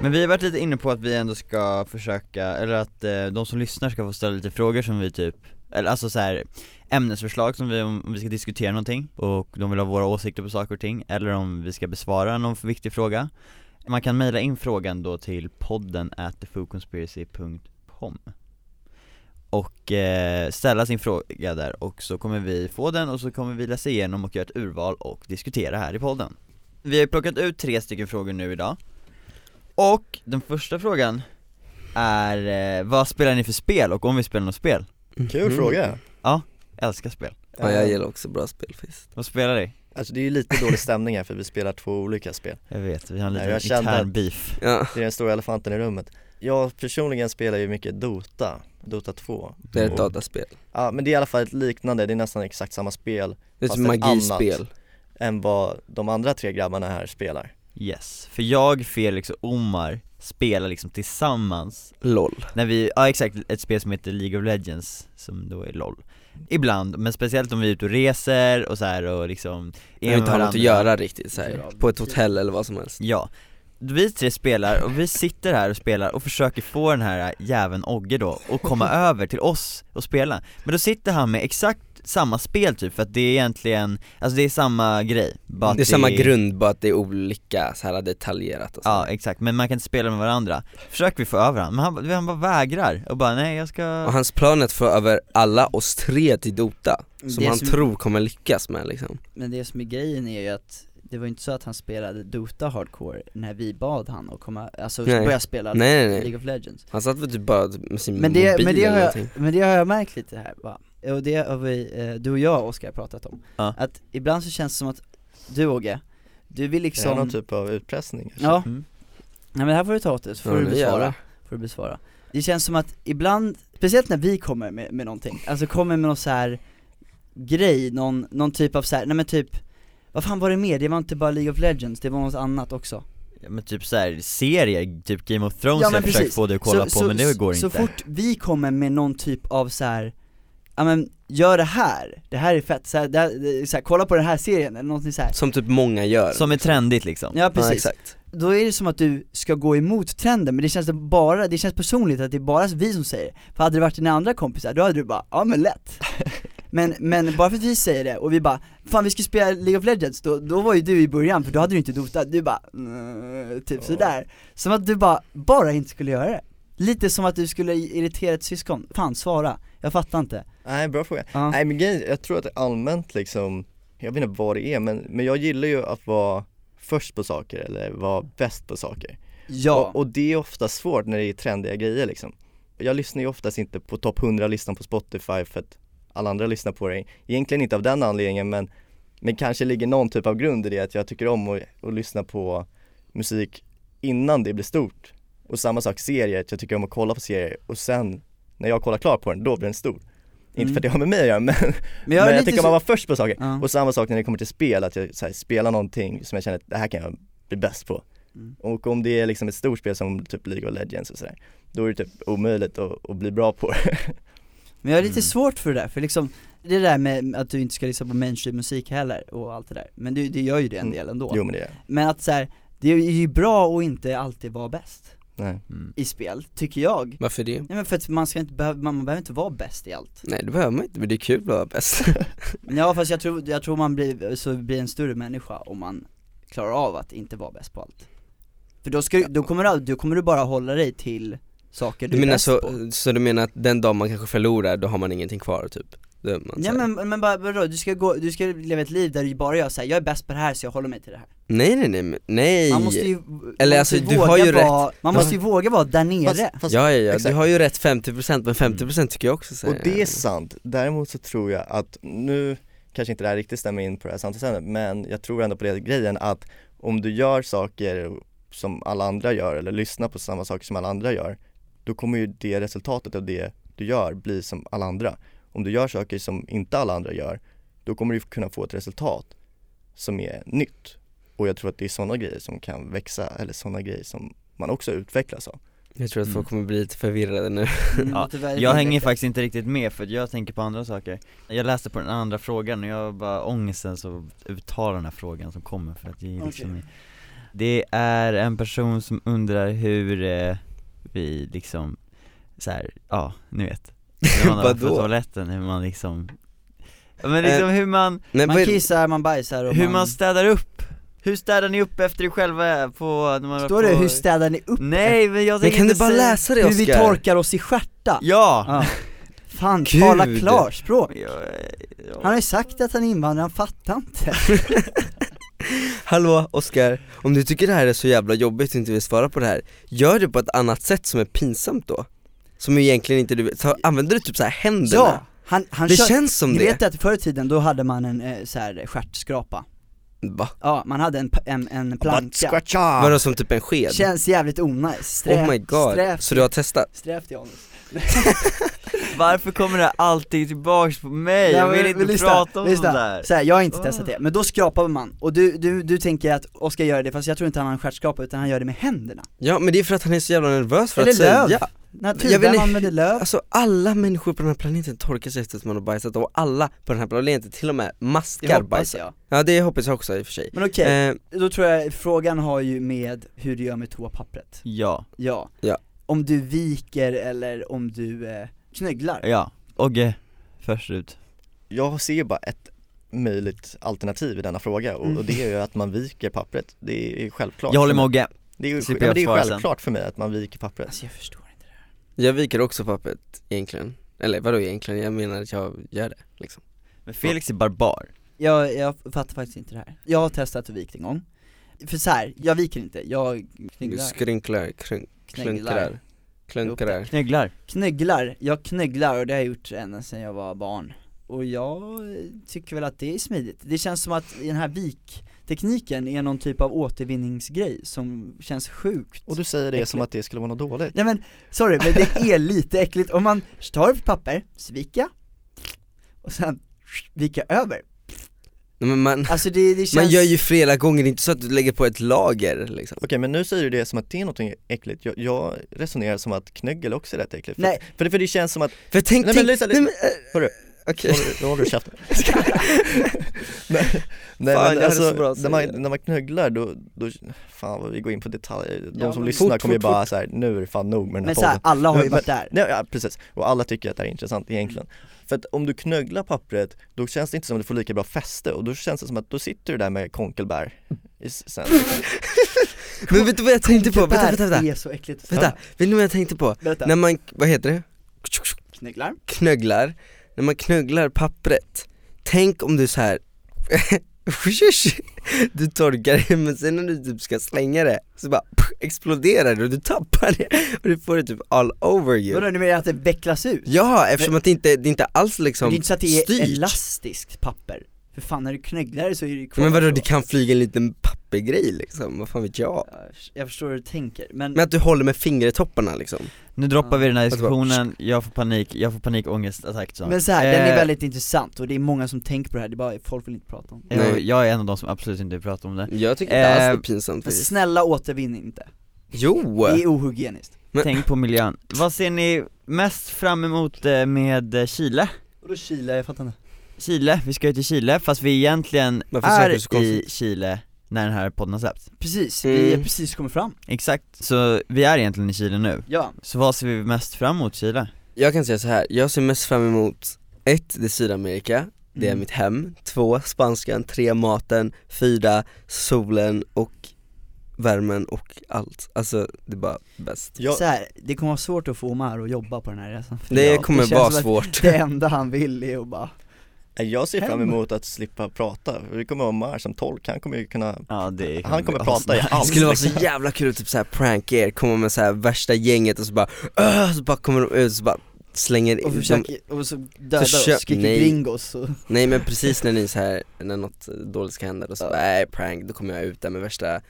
[SPEAKER 4] Men vi har varit lite inne på att vi ändå ska försöka, eller att eh, de som lyssnar ska få ställa lite frågor som vi typ eller alltså så här, ämnesförslag som vi, om vi ska diskutera någonting och de vill ha våra åsikter på saker och ting eller om vi ska besvara någon viktig fråga Man kan mejla in frågan då till podden at thefoodconspiracy.com och eh, ställa sin fråga där och så kommer vi få den och så kommer vi läsa igenom och göra ett urval och diskutera här i podden Vi har ju plockat ut tre stycken frågor nu idag Och den första frågan är, eh, vad spelar ni för spel och om vi spelar något spel?
[SPEAKER 3] Kul
[SPEAKER 2] Mhm.
[SPEAKER 3] fråga.
[SPEAKER 4] Älskar spel.
[SPEAKER 2] Ja jag gillar också bra spel faktiskt
[SPEAKER 4] Vad spelar ni?
[SPEAKER 3] Alltså det är ju lite dålig stämning här för vi spelar två olika spel.
[SPEAKER 4] Jag vet, vi har en
[SPEAKER 3] Nej,
[SPEAKER 4] liten
[SPEAKER 3] jag kände
[SPEAKER 4] intern
[SPEAKER 3] att-
[SPEAKER 4] beef
[SPEAKER 2] Ja,
[SPEAKER 3] Det är den stora elefanten i rummet. Jag personligen spelar ju mycket Dota, Dota 2.
[SPEAKER 2] det är
[SPEAKER 3] Och-
[SPEAKER 2] ett dataspel
[SPEAKER 3] Ja men det är i alla fall ett liknande, det är nästan exakt samma spel
[SPEAKER 2] Det är
[SPEAKER 3] Fast
[SPEAKER 2] ett
[SPEAKER 3] ett
[SPEAKER 2] magispel
[SPEAKER 3] än vad de andra tre grabbarna här spelar.
[SPEAKER 4] Yes, för jag, Felix och Omar spelar liksom tillsammans
[SPEAKER 2] LOL
[SPEAKER 4] När vi, ja exakt, ett spel som heter League of Legends som då är LOL Ibland, men speciellt om vi är ute och reser och så här och liksom
[SPEAKER 2] Det har
[SPEAKER 4] med
[SPEAKER 2] inte har något att
[SPEAKER 4] varandra.
[SPEAKER 2] göra riktigt så här,
[SPEAKER 1] Ja,
[SPEAKER 2] på ett hotell eller vad som helst
[SPEAKER 4] Ja, vi tre spelar och vi sitter här och spelar och försöker få den här jäveln Ogge då att komma över till oss och spela Men då sitter han med exakt samma spel typ för att det är egentligen, alltså det är samma grej bara att
[SPEAKER 2] Det är samma grund bara att det är olika så här detaljerat och så.
[SPEAKER 4] Ja exakt, men man kan inte spela med varandra Försöker vi få över han, men han, han bara vägrar och bara nej jag ska
[SPEAKER 2] Och hans plan är att få över alla oss tre till Dota,
[SPEAKER 1] Mm. Det
[SPEAKER 2] som
[SPEAKER 1] är
[SPEAKER 2] han
[SPEAKER 1] som-
[SPEAKER 2] tror kommer lyckas med liksom
[SPEAKER 1] Men det som är grejen är ju att det var ju inte så att han spelade Dota hardcore när vi bad han att komma, alltså
[SPEAKER 2] Nej.
[SPEAKER 1] börja spela
[SPEAKER 2] Nej, nej, nej.
[SPEAKER 1] League of Legends
[SPEAKER 2] Han satt väl typ bara med sin
[SPEAKER 1] men det,
[SPEAKER 2] mobil
[SPEAKER 1] men, det har
[SPEAKER 2] eller
[SPEAKER 1] jag,
[SPEAKER 2] någonting
[SPEAKER 1] men det har jag märkt lite här va, och det har vi, eh, du och jag Oskar har pratat om
[SPEAKER 4] Ja.
[SPEAKER 1] Att ibland så känns det som att, du Åge, du vill
[SPEAKER 3] Är det
[SPEAKER 1] liksom
[SPEAKER 3] någon typ av utpressning kanske?
[SPEAKER 1] Ja,
[SPEAKER 4] Mm.
[SPEAKER 1] nej men det här får du ta åt dig, så får
[SPEAKER 2] Ja,
[SPEAKER 1] du
[SPEAKER 2] nu
[SPEAKER 1] besvara,
[SPEAKER 2] jävlar.
[SPEAKER 1] får du besvara Det känns som att ibland, speciellt när vi kommer med, med någonting, alltså kommer med någon så här grej, någon, någon typ av så här, nej men typ vad fan var det mer? Det var inte bara League of Legends, det var något annat också
[SPEAKER 4] Ja, men typ såhär serier, typ Game of Thrones
[SPEAKER 1] Ja,
[SPEAKER 4] har
[SPEAKER 1] men
[SPEAKER 4] jag försökt
[SPEAKER 1] precis.
[SPEAKER 4] få dig att kolla på men det går
[SPEAKER 1] så
[SPEAKER 4] inte
[SPEAKER 1] Så fort vi kommer med någon typ av så här. ja men gör det här, det här är fett, så här, det här, det, så här, kolla på den här serien eller någonting så här.
[SPEAKER 2] Som typ många gör
[SPEAKER 4] Som är trendigt liksom
[SPEAKER 1] Ja precis,
[SPEAKER 2] exakt
[SPEAKER 1] då är det som att du ska gå emot trenden men det känns det bara, det känns personligt att det är bara vi som säger det. För hade det varit dina andra kompisar, då hade du bara, ja men lätt Men, men bara för att vi säger det och vi bara, fan vi ska spela League of Legends, då, då var ju du i början för då hade du inte Dota, du bara, "Mm", typ sådär Som att du bara, bara inte skulle göra det Lite som att du skulle irritera ett syskon, fan svara, jag fattar inte
[SPEAKER 3] Nej, bra fråga.
[SPEAKER 1] Ja.
[SPEAKER 3] Nej men grejen, jag tror att det är allmänt liksom, jag vet inte vad det är men, men jag gillar ju att vara först på saker eller vara bäst på saker.
[SPEAKER 1] Ja,
[SPEAKER 3] Och, och det är ofta svårt när det är trendiga grejer liksom. Jag lyssnar ju oftast inte på topp 100-listan på Spotify för att alla andra lyssnar på det. Egentligen inte av den anledningen men, men kanske ligger någon typ av grund i det att jag tycker om att, att lyssna på musik innan det blir stort. Och samma sak serier, att jag tycker om att kolla på serier och sen när jag kollar klart på den, då blir den stor. Inte för att det har med mig att göra men, men
[SPEAKER 1] Mm. är
[SPEAKER 3] jag,
[SPEAKER 1] lite
[SPEAKER 3] tycker
[SPEAKER 1] så-
[SPEAKER 3] man var först på saker.
[SPEAKER 1] Ja.
[SPEAKER 3] Och samma sak när det kommer till spel, att jag så här, spelar någonting som jag känner att det här kan jag bli bäst på. Och om det är liksom ett stort spel som typ League of Legends och sådär, då är det typ omöjligt att, att bli bra på det.
[SPEAKER 1] Men jag har lite
[SPEAKER 2] Mm.
[SPEAKER 1] svårt för det där, för liksom det där med att du inte ska lyssna på mainstream musik heller och allt det där, men det, det gör ju det
[SPEAKER 2] Mm.
[SPEAKER 1] en del ändå
[SPEAKER 3] Jo men det är
[SPEAKER 1] Men att så här, det är ju bra att inte alltid vara bäst
[SPEAKER 3] Nej.
[SPEAKER 4] Mm.
[SPEAKER 1] i spel, tycker jag
[SPEAKER 2] Varför det?
[SPEAKER 1] Nej men för att man ska inte behöva, man behöver inte vara bäst i allt
[SPEAKER 2] Nej det behöver man inte men det är kul att vara bäst
[SPEAKER 1] Ja fast jag tror, jag tror man blir, så blir en större människa om man klarar av att inte vara bäst på allt För då ska du, då kommer du, då kommer du bara hålla dig till saker du,
[SPEAKER 2] Du
[SPEAKER 1] är
[SPEAKER 2] menar
[SPEAKER 1] bäst
[SPEAKER 2] så,
[SPEAKER 1] på
[SPEAKER 2] så du menar att den dag man kanske förlorar då har man ingenting kvar typ? Då är man så
[SPEAKER 1] Ja
[SPEAKER 2] här-
[SPEAKER 1] men, men bara, vadå, du ska gå, du ska leva ett liv där du bara gör såhär, jag är bäst på det här så jag håller mig till det här
[SPEAKER 2] Nej nej nej, men- nej!
[SPEAKER 1] Man måste ju,
[SPEAKER 2] Eller
[SPEAKER 1] man
[SPEAKER 2] alltså,
[SPEAKER 1] måste
[SPEAKER 2] du har
[SPEAKER 1] våga
[SPEAKER 2] ju
[SPEAKER 1] vara, Man måste ju våga vara där nere
[SPEAKER 2] ja ja, ja. du
[SPEAKER 3] exakt.
[SPEAKER 2] har ju rätt 50% men
[SPEAKER 1] Mm.
[SPEAKER 2] 50% tycker jag också säger
[SPEAKER 3] Och det är sant, däremot så tror jag att nu kanske inte det här riktigt stämmer in på det här samtalsämnet men jag tror ändå på det grejen att om du gör saker som alla andra gör eller lyssnar på samma saker som alla andra gör då kommer ju det resultatet av det du gör bli som alla andra. Om du gör saker som inte alla andra gör då kommer du kunna få ett resultat som är nytt och jag tror att det är sådana grejer som kan växa eller sådana grejer som man också utvecklas av.
[SPEAKER 2] Jag tror
[SPEAKER 1] Mm.
[SPEAKER 2] att folk kommer bli lite förvirrade nu
[SPEAKER 4] Ja, Jag hänger faktiskt inte riktigt med för jag tänker på andra saker Jag läste på den andra frågan och jag har bara ångesten så uttalar den här frågan som kommer för att jag är liksom Det är en person som undrar hur eh, vi liksom, så här, ja ni vet När man har
[SPEAKER 2] Vadå?
[SPEAKER 4] på toaletten, hur man liksom Ja, men liksom hur man,
[SPEAKER 2] Nej,
[SPEAKER 1] Man
[SPEAKER 2] vad-
[SPEAKER 1] kissar, man bajsar och
[SPEAKER 4] hur man städar upp Hur städar ni upp efter er själva på, när man har
[SPEAKER 1] Står
[SPEAKER 4] på...
[SPEAKER 1] det hur städar ni upp?
[SPEAKER 4] Nej men jag
[SPEAKER 2] Men
[SPEAKER 4] tänker
[SPEAKER 2] kan du
[SPEAKER 4] inte
[SPEAKER 2] bara
[SPEAKER 4] säga-
[SPEAKER 2] läsa det
[SPEAKER 1] hur vi
[SPEAKER 2] Oskar?
[SPEAKER 1] torkar oss i stjärta?
[SPEAKER 4] Ja!
[SPEAKER 1] Ja. Fan,
[SPEAKER 2] Gud.
[SPEAKER 1] tala klarspråk!
[SPEAKER 4] Ja, ja.
[SPEAKER 1] Han har ju sagt att han är invandrare, han fattar inte
[SPEAKER 2] Hallå Oskar, om du tycker det här är så jävla jobbigt och inte vill svara på det här, gör det på ett annat sätt som är pinsamt då? Som egentligen inte du vet, Ta- använder du typ så här händerna?
[SPEAKER 1] Ja, han, han
[SPEAKER 2] det
[SPEAKER 1] kör-
[SPEAKER 2] känns som
[SPEAKER 1] Ni
[SPEAKER 2] det!
[SPEAKER 1] vet att förr i tiden, då hade man en eh, så här stjärtskrapa
[SPEAKER 2] Va?
[SPEAKER 1] Ja, man hade en, p- en, en planka
[SPEAKER 2] Vadå som typ en sked?
[SPEAKER 1] Känns jävligt onajs, Strä-
[SPEAKER 2] oh my god,
[SPEAKER 1] strävt-
[SPEAKER 2] så du har testat?
[SPEAKER 1] strävt i anus
[SPEAKER 4] Varför kommer det här alltid tillbaks på mig? Jag
[SPEAKER 1] Nej,
[SPEAKER 4] vill
[SPEAKER 1] men
[SPEAKER 4] inte
[SPEAKER 1] lyssna,
[SPEAKER 4] prata om
[SPEAKER 1] lyssna.
[SPEAKER 4] sånt där
[SPEAKER 1] Så här, jag har
[SPEAKER 2] Ah.
[SPEAKER 1] inte testat det, men då skrapar man, och du, du, du tänker att Oskar gör det, fast jag tror inte han har en stjärtskrapa utan han gör det med händerna
[SPEAKER 2] Ja men det är för att han är så jävla nervös för
[SPEAKER 1] Eller
[SPEAKER 2] att säga
[SPEAKER 1] löv. Naturen
[SPEAKER 2] Jag vill-
[SPEAKER 1] använder löv
[SPEAKER 2] Alltså alla människor på den här planeten torkar sig efter att man har bajsat och alla på den här planeten, till och med
[SPEAKER 1] Det
[SPEAKER 2] maskar
[SPEAKER 1] hoppas
[SPEAKER 2] bajsar
[SPEAKER 1] jag
[SPEAKER 2] Ja det hoppas jag också i och för sig
[SPEAKER 1] Men okej,
[SPEAKER 2] eh,
[SPEAKER 1] då tror jag frågan har ju med hur du gör med toapappret
[SPEAKER 4] Ja,
[SPEAKER 1] Ja,
[SPEAKER 2] Ja.
[SPEAKER 1] om du viker eller om du eh, knögglar
[SPEAKER 4] ja, Ogge, först ut
[SPEAKER 3] Jag ser ju bara ett möjligt alternativ i denna fråga och, och
[SPEAKER 2] Mm.
[SPEAKER 3] det är ju att man viker pappret. Det är ju självklart.
[SPEAKER 4] Jag håller med Ogge,
[SPEAKER 3] Det är ju ja,
[SPEAKER 4] Slipper
[SPEAKER 3] men
[SPEAKER 4] jag
[SPEAKER 3] det är ju
[SPEAKER 4] svara sen.
[SPEAKER 3] självklart för mig att man viker pappret.
[SPEAKER 1] Alltså jag förstår inte det
[SPEAKER 2] Jag viker också pappret egentligen, eller vadå egentligen, jag menar att jag gör det liksom
[SPEAKER 4] men Felix är barbar
[SPEAKER 1] Jag, jag fattar faktiskt inte det här. Jag har testat och vikt en gång. För så här, jag viker inte, jag
[SPEAKER 2] Du
[SPEAKER 1] knögglar,
[SPEAKER 2] skrynklar, krunk, klunkrar,
[SPEAKER 1] knögglar,
[SPEAKER 2] klunkrar
[SPEAKER 4] Knögglar,
[SPEAKER 1] knögglar, jag knögglar och det har jag gjort ända sedan jag var barn. Och jag tycker väl att det är smidigt. Det känns som att den här viktekniken är någon typ av återvinningsgrej som känns sjukt.
[SPEAKER 3] Och du säger det som att det skulle vara något dåligt
[SPEAKER 1] Nej men, sorry men det är lite äckligt, om man tar ett papper, svika, och sen vika över.
[SPEAKER 2] Nej, men man,
[SPEAKER 1] Alltså det, det känns
[SPEAKER 2] man gör ju flera gånger, det är inte så att du lägger på ett lager liksom
[SPEAKER 3] Okej men nu säger du det som att det är något äckligt, jag, jag resonerar som att knöggel också är rätt äckligt
[SPEAKER 1] Nej.
[SPEAKER 3] för, för, det, för det känns som att,
[SPEAKER 2] För tänk,
[SPEAKER 3] Nej, men
[SPEAKER 2] tänk,
[SPEAKER 3] lyssna, lyssna.
[SPEAKER 2] men,
[SPEAKER 3] Hörru.
[SPEAKER 2] eh, Okej,
[SPEAKER 3] nu håller du- nu håller du käften Nej, nej
[SPEAKER 2] Fan, jag
[SPEAKER 3] men
[SPEAKER 2] hade
[SPEAKER 3] alltså,
[SPEAKER 2] så bra att
[SPEAKER 3] när, man,
[SPEAKER 2] säga det.
[SPEAKER 3] när man knögglar då, då, fan vad vi går in på detaljer, de
[SPEAKER 1] Ja,
[SPEAKER 3] som
[SPEAKER 1] men-
[SPEAKER 3] lyssnar
[SPEAKER 2] Fort,
[SPEAKER 3] kommer ju
[SPEAKER 2] fort,
[SPEAKER 3] bara så här, nu är det fan nog med den
[SPEAKER 1] Men
[SPEAKER 3] här
[SPEAKER 1] såhär,
[SPEAKER 3] podden
[SPEAKER 1] alla har ju
[SPEAKER 3] Men-
[SPEAKER 1] varit där
[SPEAKER 3] Nej, ja, precis, och alla tycker att det här är intressant egentligen För att om du knögglar pappret, då känns det inte som att du får lika bra fäste och då känns det som att då sitter du där med konkelbär i s- sen
[SPEAKER 2] men vet du vad jag tänkte på? Vänta, vänta,
[SPEAKER 1] Det
[SPEAKER 2] vänta,
[SPEAKER 1] är så äckligt
[SPEAKER 2] vänta. vet ni vad jag tänkte på?
[SPEAKER 1] Berätta,
[SPEAKER 2] När man, vad heter det?
[SPEAKER 1] knögglar
[SPEAKER 2] knögglar, när man knögglar pappret, tänk om du så här du torkar det men sen när du typ ska slänga det så bara exploderar det och du tappar det och du får det typ all over you
[SPEAKER 1] Vadå, nu menar jag att det vecklas ut?
[SPEAKER 2] Ja, eftersom att det inte, det är inte alls
[SPEAKER 1] Men
[SPEAKER 2] liksom
[SPEAKER 1] det är inte så att det är
[SPEAKER 2] styrt
[SPEAKER 1] elastiskt papper För fan när du knögglar det så är det ju kvar
[SPEAKER 2] Men vadå,
[SPEAKER 1] så.
[SPEAKER 2] det kan flyga en liten pappergrej liksom, vad fan vet jag?
[SPEAKER 1] Ja, Jag förstår hur du tänker, men,
[SPEAKER 2] Men att du håller med fingertopparna liksom
[SPEAKER 4] nu droppar vi den här
[SPEAKER 2] Och så bara-
[SPEAKER 4] diskussionen, jag får panik, jag får panikångestattack snart
[SPEAKER 1] men så här, den är
[SPEAKER 4] Eh,
[SPEAKER 1] väldigt intressant och det är många som tänker på det här, det är bara folk vill inte prata om det
[SPEAKER 4] jag,
[SPEAKER 2] Nej.
[SPEAKER 4] jag är en av de som absolut inte vill prata om det
[SPEAKER 2] Jag tycker inte alls det
[SPEAKER 4] Eh,
[SPEAKER 2] är pinsamt
[SPEAKER 1] Men
[SPEAKER 2] faktiskt
[SPEAKER 1] snälla återvinn inte,
[SPEAKER 2] Jo!
[SPEAKER 1] det är ohygieniskt
[SPEAKER 2] Men-
[SPEAKER 4] Tänk på miljön. Vad ser ni mest fram emot eh, med eh, Chile?
[SPEAKER 1] Vadå Chile, jag fattar inte
[SPEAKER 4] Chile, vi ska ju till Chile fast vi egentligen
[SPEAKER 2] Varför söker du så
[SPEAKER 4] är i
[SPEAKER 2] konstigt?
[SPEAKER 4] Chile när den här podden har släppts
[SPEAKER 1] Precis,
[SPEAKER 2] Mm.
[SPEAKER 1] vi har precis kommit fram
[SPEAKER 4] Exakt, så vi är egentligen i Chile nu
[SPEAKER 1] Ja,
[SPEAKER 4] Så vad ser vi mest fram emot Chile?
[SPEAKER 2] Jag kan säga så här. jag ser mest fram emot ett, det är Sydamerika, det är
[SPEAKER 1] Mm.
[SPEAKER 2] mitt hem, två, spanskan, tre, maten, fyra, solen och värmen och allt. Alltså det är bara bäst.
[SPEAKER 3] jag,
[SPEAKER 1] så här, det kommer vara svårt att få Omar att jobba på den här resan för
[SPEAKER 2] Det
[SPEAKER 1] jag-
[SPEAKER 2] kommer
[SPEAKER 1] känns
[SPEAKER 2] vara
[SPEAKER 1] som att
[SPEAKER 2] svårt.
[SPEAKER 1] Det enda han vill är att bara
[SPEAKER 3] Nej, Jag ser fram
[SPEAKER 1] Hem.
[SPEAKER 3] emot att slippa prata, det kommer vara Omar som tolk, han kommer ju kunna
[SPEAKER 4] Ja det är
[SPEAKER 3] Han kommer prata i allt.
[SPEAKER 2] Det skulle vara så jävla kul att typ såhär prank er, komma med såhär värsta gänget och så bara "Åh!" så bara kommer de ut så bara slänger
[SPEAKER 1] Och
[SPEAKER 2] in dem.
[SPEAKER 1] försöker, och så döda
[SPEAKER 2] Försök-
[SPEAKER 1] oss, skriker
[SPEAKER 2] nej.
[SPEAKER 1] gringos och
[SPEAKER 2] Nej men precis när ni så här när något dåligt ska hända då så bara, nej prank, då kommer jag ut där med värsta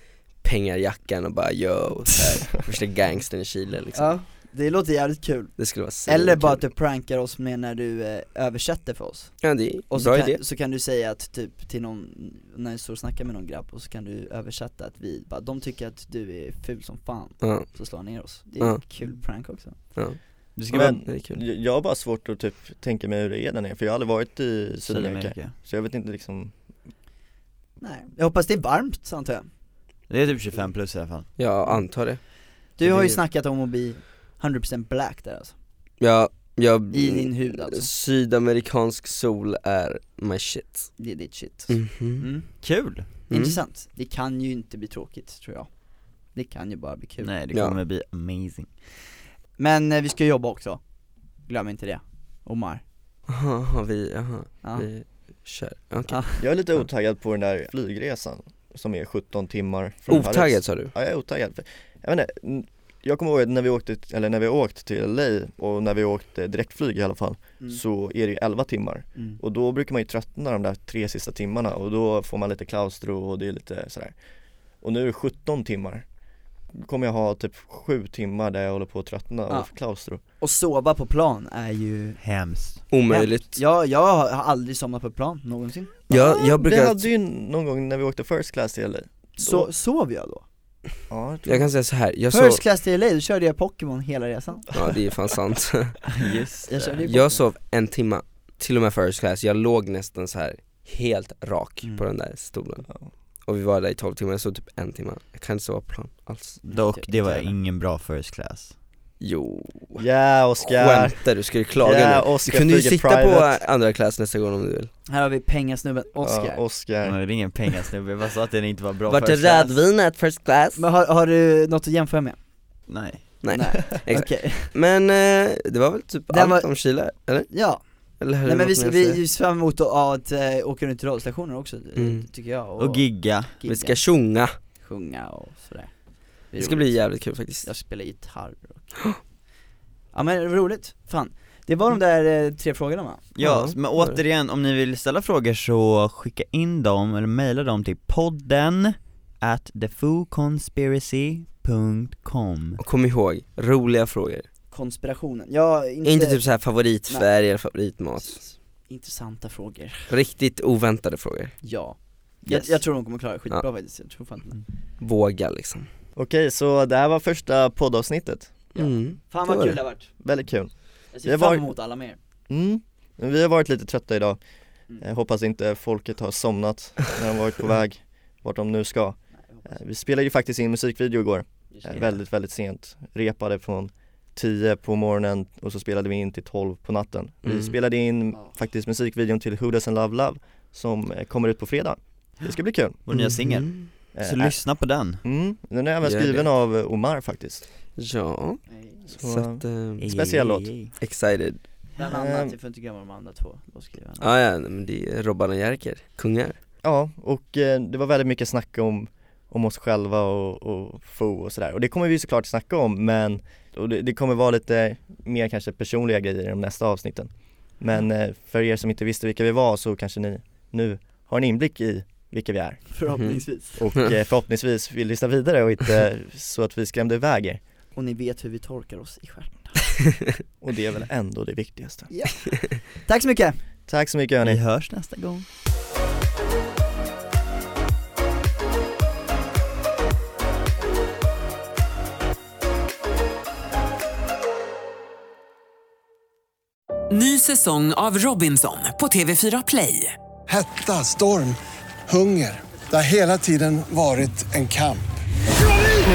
[SPEAKER 2] pengarjackan och bara yo, och så här, värsta gangstern i Chile liksom.
[SPEAKER 1] Ja, det låter jävligt kul
[SPEAKER 2] Det skulle vara så
[SPEAKER 1] Eller
[SPEAKER 2] kul.
[SPEAKER 1] bara typ att du prankar oss med när du eh, översätter för oss
[SPEAKER 2] Ja det är
[SPEAKER 1] Och så
[SPEAKER 2] bra idé
[SPEAKER 1] kan, så kan du säga att typ till någon, när du står och snackar med någon grabb och så kan du översätta att vi bara, de tycker att du är ful som fan,
[SPEAKER 2] Ja,
[SPEAKER 1] så slår han ner oss Det är
[SPEAKER 2] Ja.
[SPEAKER 1] en kul prank också
[SPEAKER 4] Du ska vara
[SPEAKER 3] Men
[SPEAKER 2] det är kul
[SPEAKER 3] jag- jag har bara svårt att typ tänka mig hur det är där nere, för jag har aldrig varit i Sydamerika
[SPEAKER 4] Sydamerika
[SPEAKER 3] Så jag vet inte liksom,
[SPEAKER 1] Nej, jag hoppas det är varmt antar jag
[SPEAKER 4] Det är typ 25 plus i alla fall
[SPEAKER 2] Jag antar det
[SPEAKER 1] Du har ju
[SPEAKER 2] Det-
[SPEAKER 1] snackat om att bli 100% black där alltså,
[SPEAKER 2] Jag, jag
[SPEAKER 1] i din hud alltså,
[SPEAKER 2] Sydamerikansk sol är my shit
[SPEAKER 1] det är ditt shit
[SPEAKER 2] mm.
[SPEAKER 1] mm.
[SPEAKER 4] Kul!
[SPEAKER 1] Intressant, det kan ju inte bli tråkigt tror jag Det kan ju bara bli kul
[SPEAKER 4] Nej det
[SPEAKER 2] Ja.
[SPEAKER 4] kommer bli amazing
[SPEAKER 1] Men eh, vi ska jobba också, glöm inte det, Omar
[SPEAKER 2] Aha, aha, vi, aha,
[SPEAKER 1] ja.
[SPEAKER 2] vi kör, okej
[SPEAKER 3] jag är lite
[SPEAKER 2] Ja.
[SPEAKER 3] otaggad på den där flygresan som är 17 timmar från
[SPEAKER 2] Otaggad
[SPEAKER 3] Paris.
[SPEAKER 2] sa du?
[SPEAKER 3] Ja jag är otaggad, För- jag vet inte, n- jag kommer ihåg att när vi åkte, t- eller när vi åkte till LA och när vi åkte direktflyg i alla fall
[SPEAKER 1] Mm.
[SPEAKER 3] så är det ju 11 timmar
[SPEAKER 1] Mm.
[SPEAKER 3] och då brukar man ju tröttna de där tre sista timmarna och då får man lite klaustro och det är lite sådär och nu är det 17 timmar Då kommer jag ha typ 7 timmar där jag håller på att tröttna
[SPEAKER 1] Ja.
[SPEAKER 3] och får klaustro
[SPEAKER 1] Och sova på plan är ju
[SPEAKER 4] Hemskt
[SPEAKER 2] Omöjligt
[SPEAKER 1] Ja, jag har aldrig somnat på plan någonsin
[SPEAKER 2] Jag, jag
[SPEAKER 3] Vi
[SPEAKER 2] brukar,
[SPEAKER 3] hade ju någon gång när vi åkte first class till LA
[SPEAKER 1] Så,
[SPEAKER 3] Då-
[SPEAKER 1] Sov jag då?
[SPEAKER 3] Ja, jag tror
[SPEAKER 2] jag kan säga så här. jag sov,
[SPEAKER 1] First class till LA, då körde jag Pokémon hela resan
[SPEAKER 2] ja det är fan sant
[SPEAKER 4] Just
[SPEAKER 1] Jag körde ju Pokémon.
[SPEAKER 2] Jag sov en timma, till och med first class, jag låg nästan så här helt rak
[SPEAKER 1] Mm.
[SPEAKER 2] på den där stolen
[SPEAKER 3] Ja.
[SPEAKER 2] Och vi var där i 12 timmar, jag sov typ en timme, jag kan inte sova på plan alls
[SPEAKER 4] Dock, det var
[SPEAKER 1] Jävlar.
[SPEAKER 4] ingen bra first class
[SPEAKER 2] Jo,
[SPEAKER 3] Ja yeah, Oscar!
[SPEAKER 2] skämtar du? Ska du klaga nu?
[SPEAKER 3] Yeah,
[SPEAKER 2] Du
[SPEAKER 3] Oscar
[SPEAKER 2] kunde ju
[SPEAKER 3] flyger
[SPEAKER 2] sitta
[SPEAKER 3] private.
[SPEAKER 2] på andra klass nästa gång om du vill
[SPEAKER 1] Här har vi pengasnubben
[SPEAKER 2] äh,
[SPEAKER 1] Oscar
[SPEAKER 3] Ja, Oscar.
[SPEAKER 4] Men Det är ingen pengasnubbe, jag bara sa att den inte var bra
[SPEAKER 2] Vart det
[SPEAKER 4] first class.
[SPEAKER 2] rödvinet first class?
[SPEAKER 1] Men har, har du något att jämföra med?
[SPEAKER 4] Nej
[SPEAKER 2] Nej,
[SPEAKER 1] Nej.
[SPEAKER 2] exakt
[SPEAKER 1] Okej,
[SPEAKER 2] Men eh, det var väl typ
[SPEAKER 1] Det
[SPEAKER 2] allt
[SPEAKER 1] var-
[SPEAKER 2] om Chile, eller?
[SPEAKER 1] ja,
[SPEAKER 2] Eller har
[SPEAKER 1] Nej
[SPEAKER 2] du
[SPEAKER 1] men vi,
[SPEAKER 2] något mer att
[SPEAKER 1] vi,
[SPEAKER 2] säga?
[SPEAKER 1] vi ser fram emot att, att eh, åka runt till radiostationer också, eh,
[SPEAKER 2] Mm.
[SPEAKER 1] tycker jag och,
[SPEAKER 4] Och gigga
[SPEAKER 2] vi
[SPEAKER 1] gigga,
[SPEAKER 2] ska tjonga,
[SPEAKER 1] sjunga och sådär är
[SPEAKER 2] det ska
[SPEAKER 1] roligt.
[SPEAKER 2] bli jävligt kul faktiskt
[SPEAKER 1] Jag spelar gitarr och... Ja men det var roligt, fan Det var de
[SPEAKER 2] Mm.
[SPEAKER 1] där eh, tre frågorna va?
[SPEAKER 4] Ja,
[SPEAKER 2] Ja,
[SPEAKER 4] men
[SPEAKER 2] det var det.
[SPEAKER 4] återigen, om ni vill ställa frågor så skicka in dem eller mejla dem till podden at thefoodconspiracy.com
[SPEAKER 2] Och kom ihåg, roliga frågor
[SPEAKER 1] Konspirationen, ja inte,
[SPEAKER 2] Inte typ såhär favoritfärg eller favoritmat
[SPEAKER 1] intressanta frågor,
[SPEAKER 2] Riktigt oväntade frågor,
[SPEAKER 1] ja jag,
[SPEAKER 2] Yes.
[SPEAKER 1] jag tror de kommer klara det skitbra
[SPEAKER 2] Ja.
[SPEAKER 1] faktiskt, jag tror fan inte
[SPEAKER 2] våga liksom
[SPEAKER 3] Okej, så det här var första poddavsnittet.
[SPEAKER 1] Ja.
[SPEAKER 2] mm.
[SPEAKER 1] Fan
[SPEAKER 2] Så
[SPEAKER 1] vad
[SPEAKER 2] är
[SPEAKER 1] kul
[SPEAKER 2] det.
[SPEAKER 1] det har varit,
[SPEAKER 3] Väldigt kul.
[SPEAKER 1] jag
[SPEAKER 3] Det
[SPEAKER 1] ser
[SPEAKER 3] var-
[SPEAKER 1] fram emot alla mer
[SPEAKER 3] Mm. Vi har varit lite trötta idag.
[SPEAKER 1] Mm.
[SPEAKER 3] Eh, hoppas inte folket har somnat när de varit på väg vart de nu ska.
[SPEAKER 1] Nej, jag
[SPEAKER 3] Eh,
[SPEAKER 1] hoppas.
[SPEAKER 3] vi spelade ju faktiskt in musikvideo igår,
[SPEAKER 1] Just
[SPEAKER 3] eh,
[SPEAKER 1] det.
[SPEAKER 3] väldigt, väldigt sent. Repade från 10 på morgonen och så spelade vi in till 12 på natten. Vi
[SPEAKER 2] Mm.
[SPEAKER 3] spelade in
[SPEAKER 1] Ja.
[SPEAKER 3] faktiskt musikvideon till Who Doesn't Love Love som eh, kommer ut på fredag. Det ska bli kul.
[SPEAKER 4] Vår nya singel,
[SPEAKER 2] Mhm.
[SPEAKER 3] Eh,
[SPEAKER 4] så lyssna på den
[SPEAKER 3] mm, den är även
[SPEAKER 2] Gör
[SPEAKER 3] skriven
[SPEAKER 2] det.
[SPEAKER 3] av eh, Omar faktiskt.
[SPEAKER 2] Ja,
[SPEAKER 1] Nej,
[SPEAKER 2] så att, eh,
[SPEAKER 3] Speciell låt.
[SPEAKER 2] excited
[SPEAKER 1] Bland annat, jag får inte glömma de andra två låtskrivarna
[SPEAKER 2] ah, Ehm. ja, nej, men det är Robban och Jerker, kungar
[SPEAKER 3] Ja, och eh, det var väldigt mycket snack om, om oss själva och, och FO och sådär. Och det kommer vi såklart snacka om men och det, det kommer vara lite mer kanske personliga grejer i de nästa avsnitten. Men eh, för er som inte visste vilka vi var så kanske ni nu har en inblick i vilka vi är.
[SPEAKER 1] Förhoppningsvis
[SPEAKER 3] Och eh, förhoppningsvis vill lyssna vidare och inte så att vi skrämde iväg er.
[SPEAKER 1] Och ni vet hur vi torkar oss i stjärten
[SPEAKER 3] Och det är väl ändå det viktigaste.
[SPEAKER 1] Tack så mycket!
[SPEAKER 3] Tack så mycket
[SPEAKER 4] Vi
[SPEAKER 3] hörni.
[SPEAKER 4] hörs nästa gång
[SPEAKER 5] Ny säsong av Robinson på TV4 Play.
[SPEAKER 6] Hetta, storm, hunger. Det har hela tiden varit en kamp.
[SPEAKER 5] Nu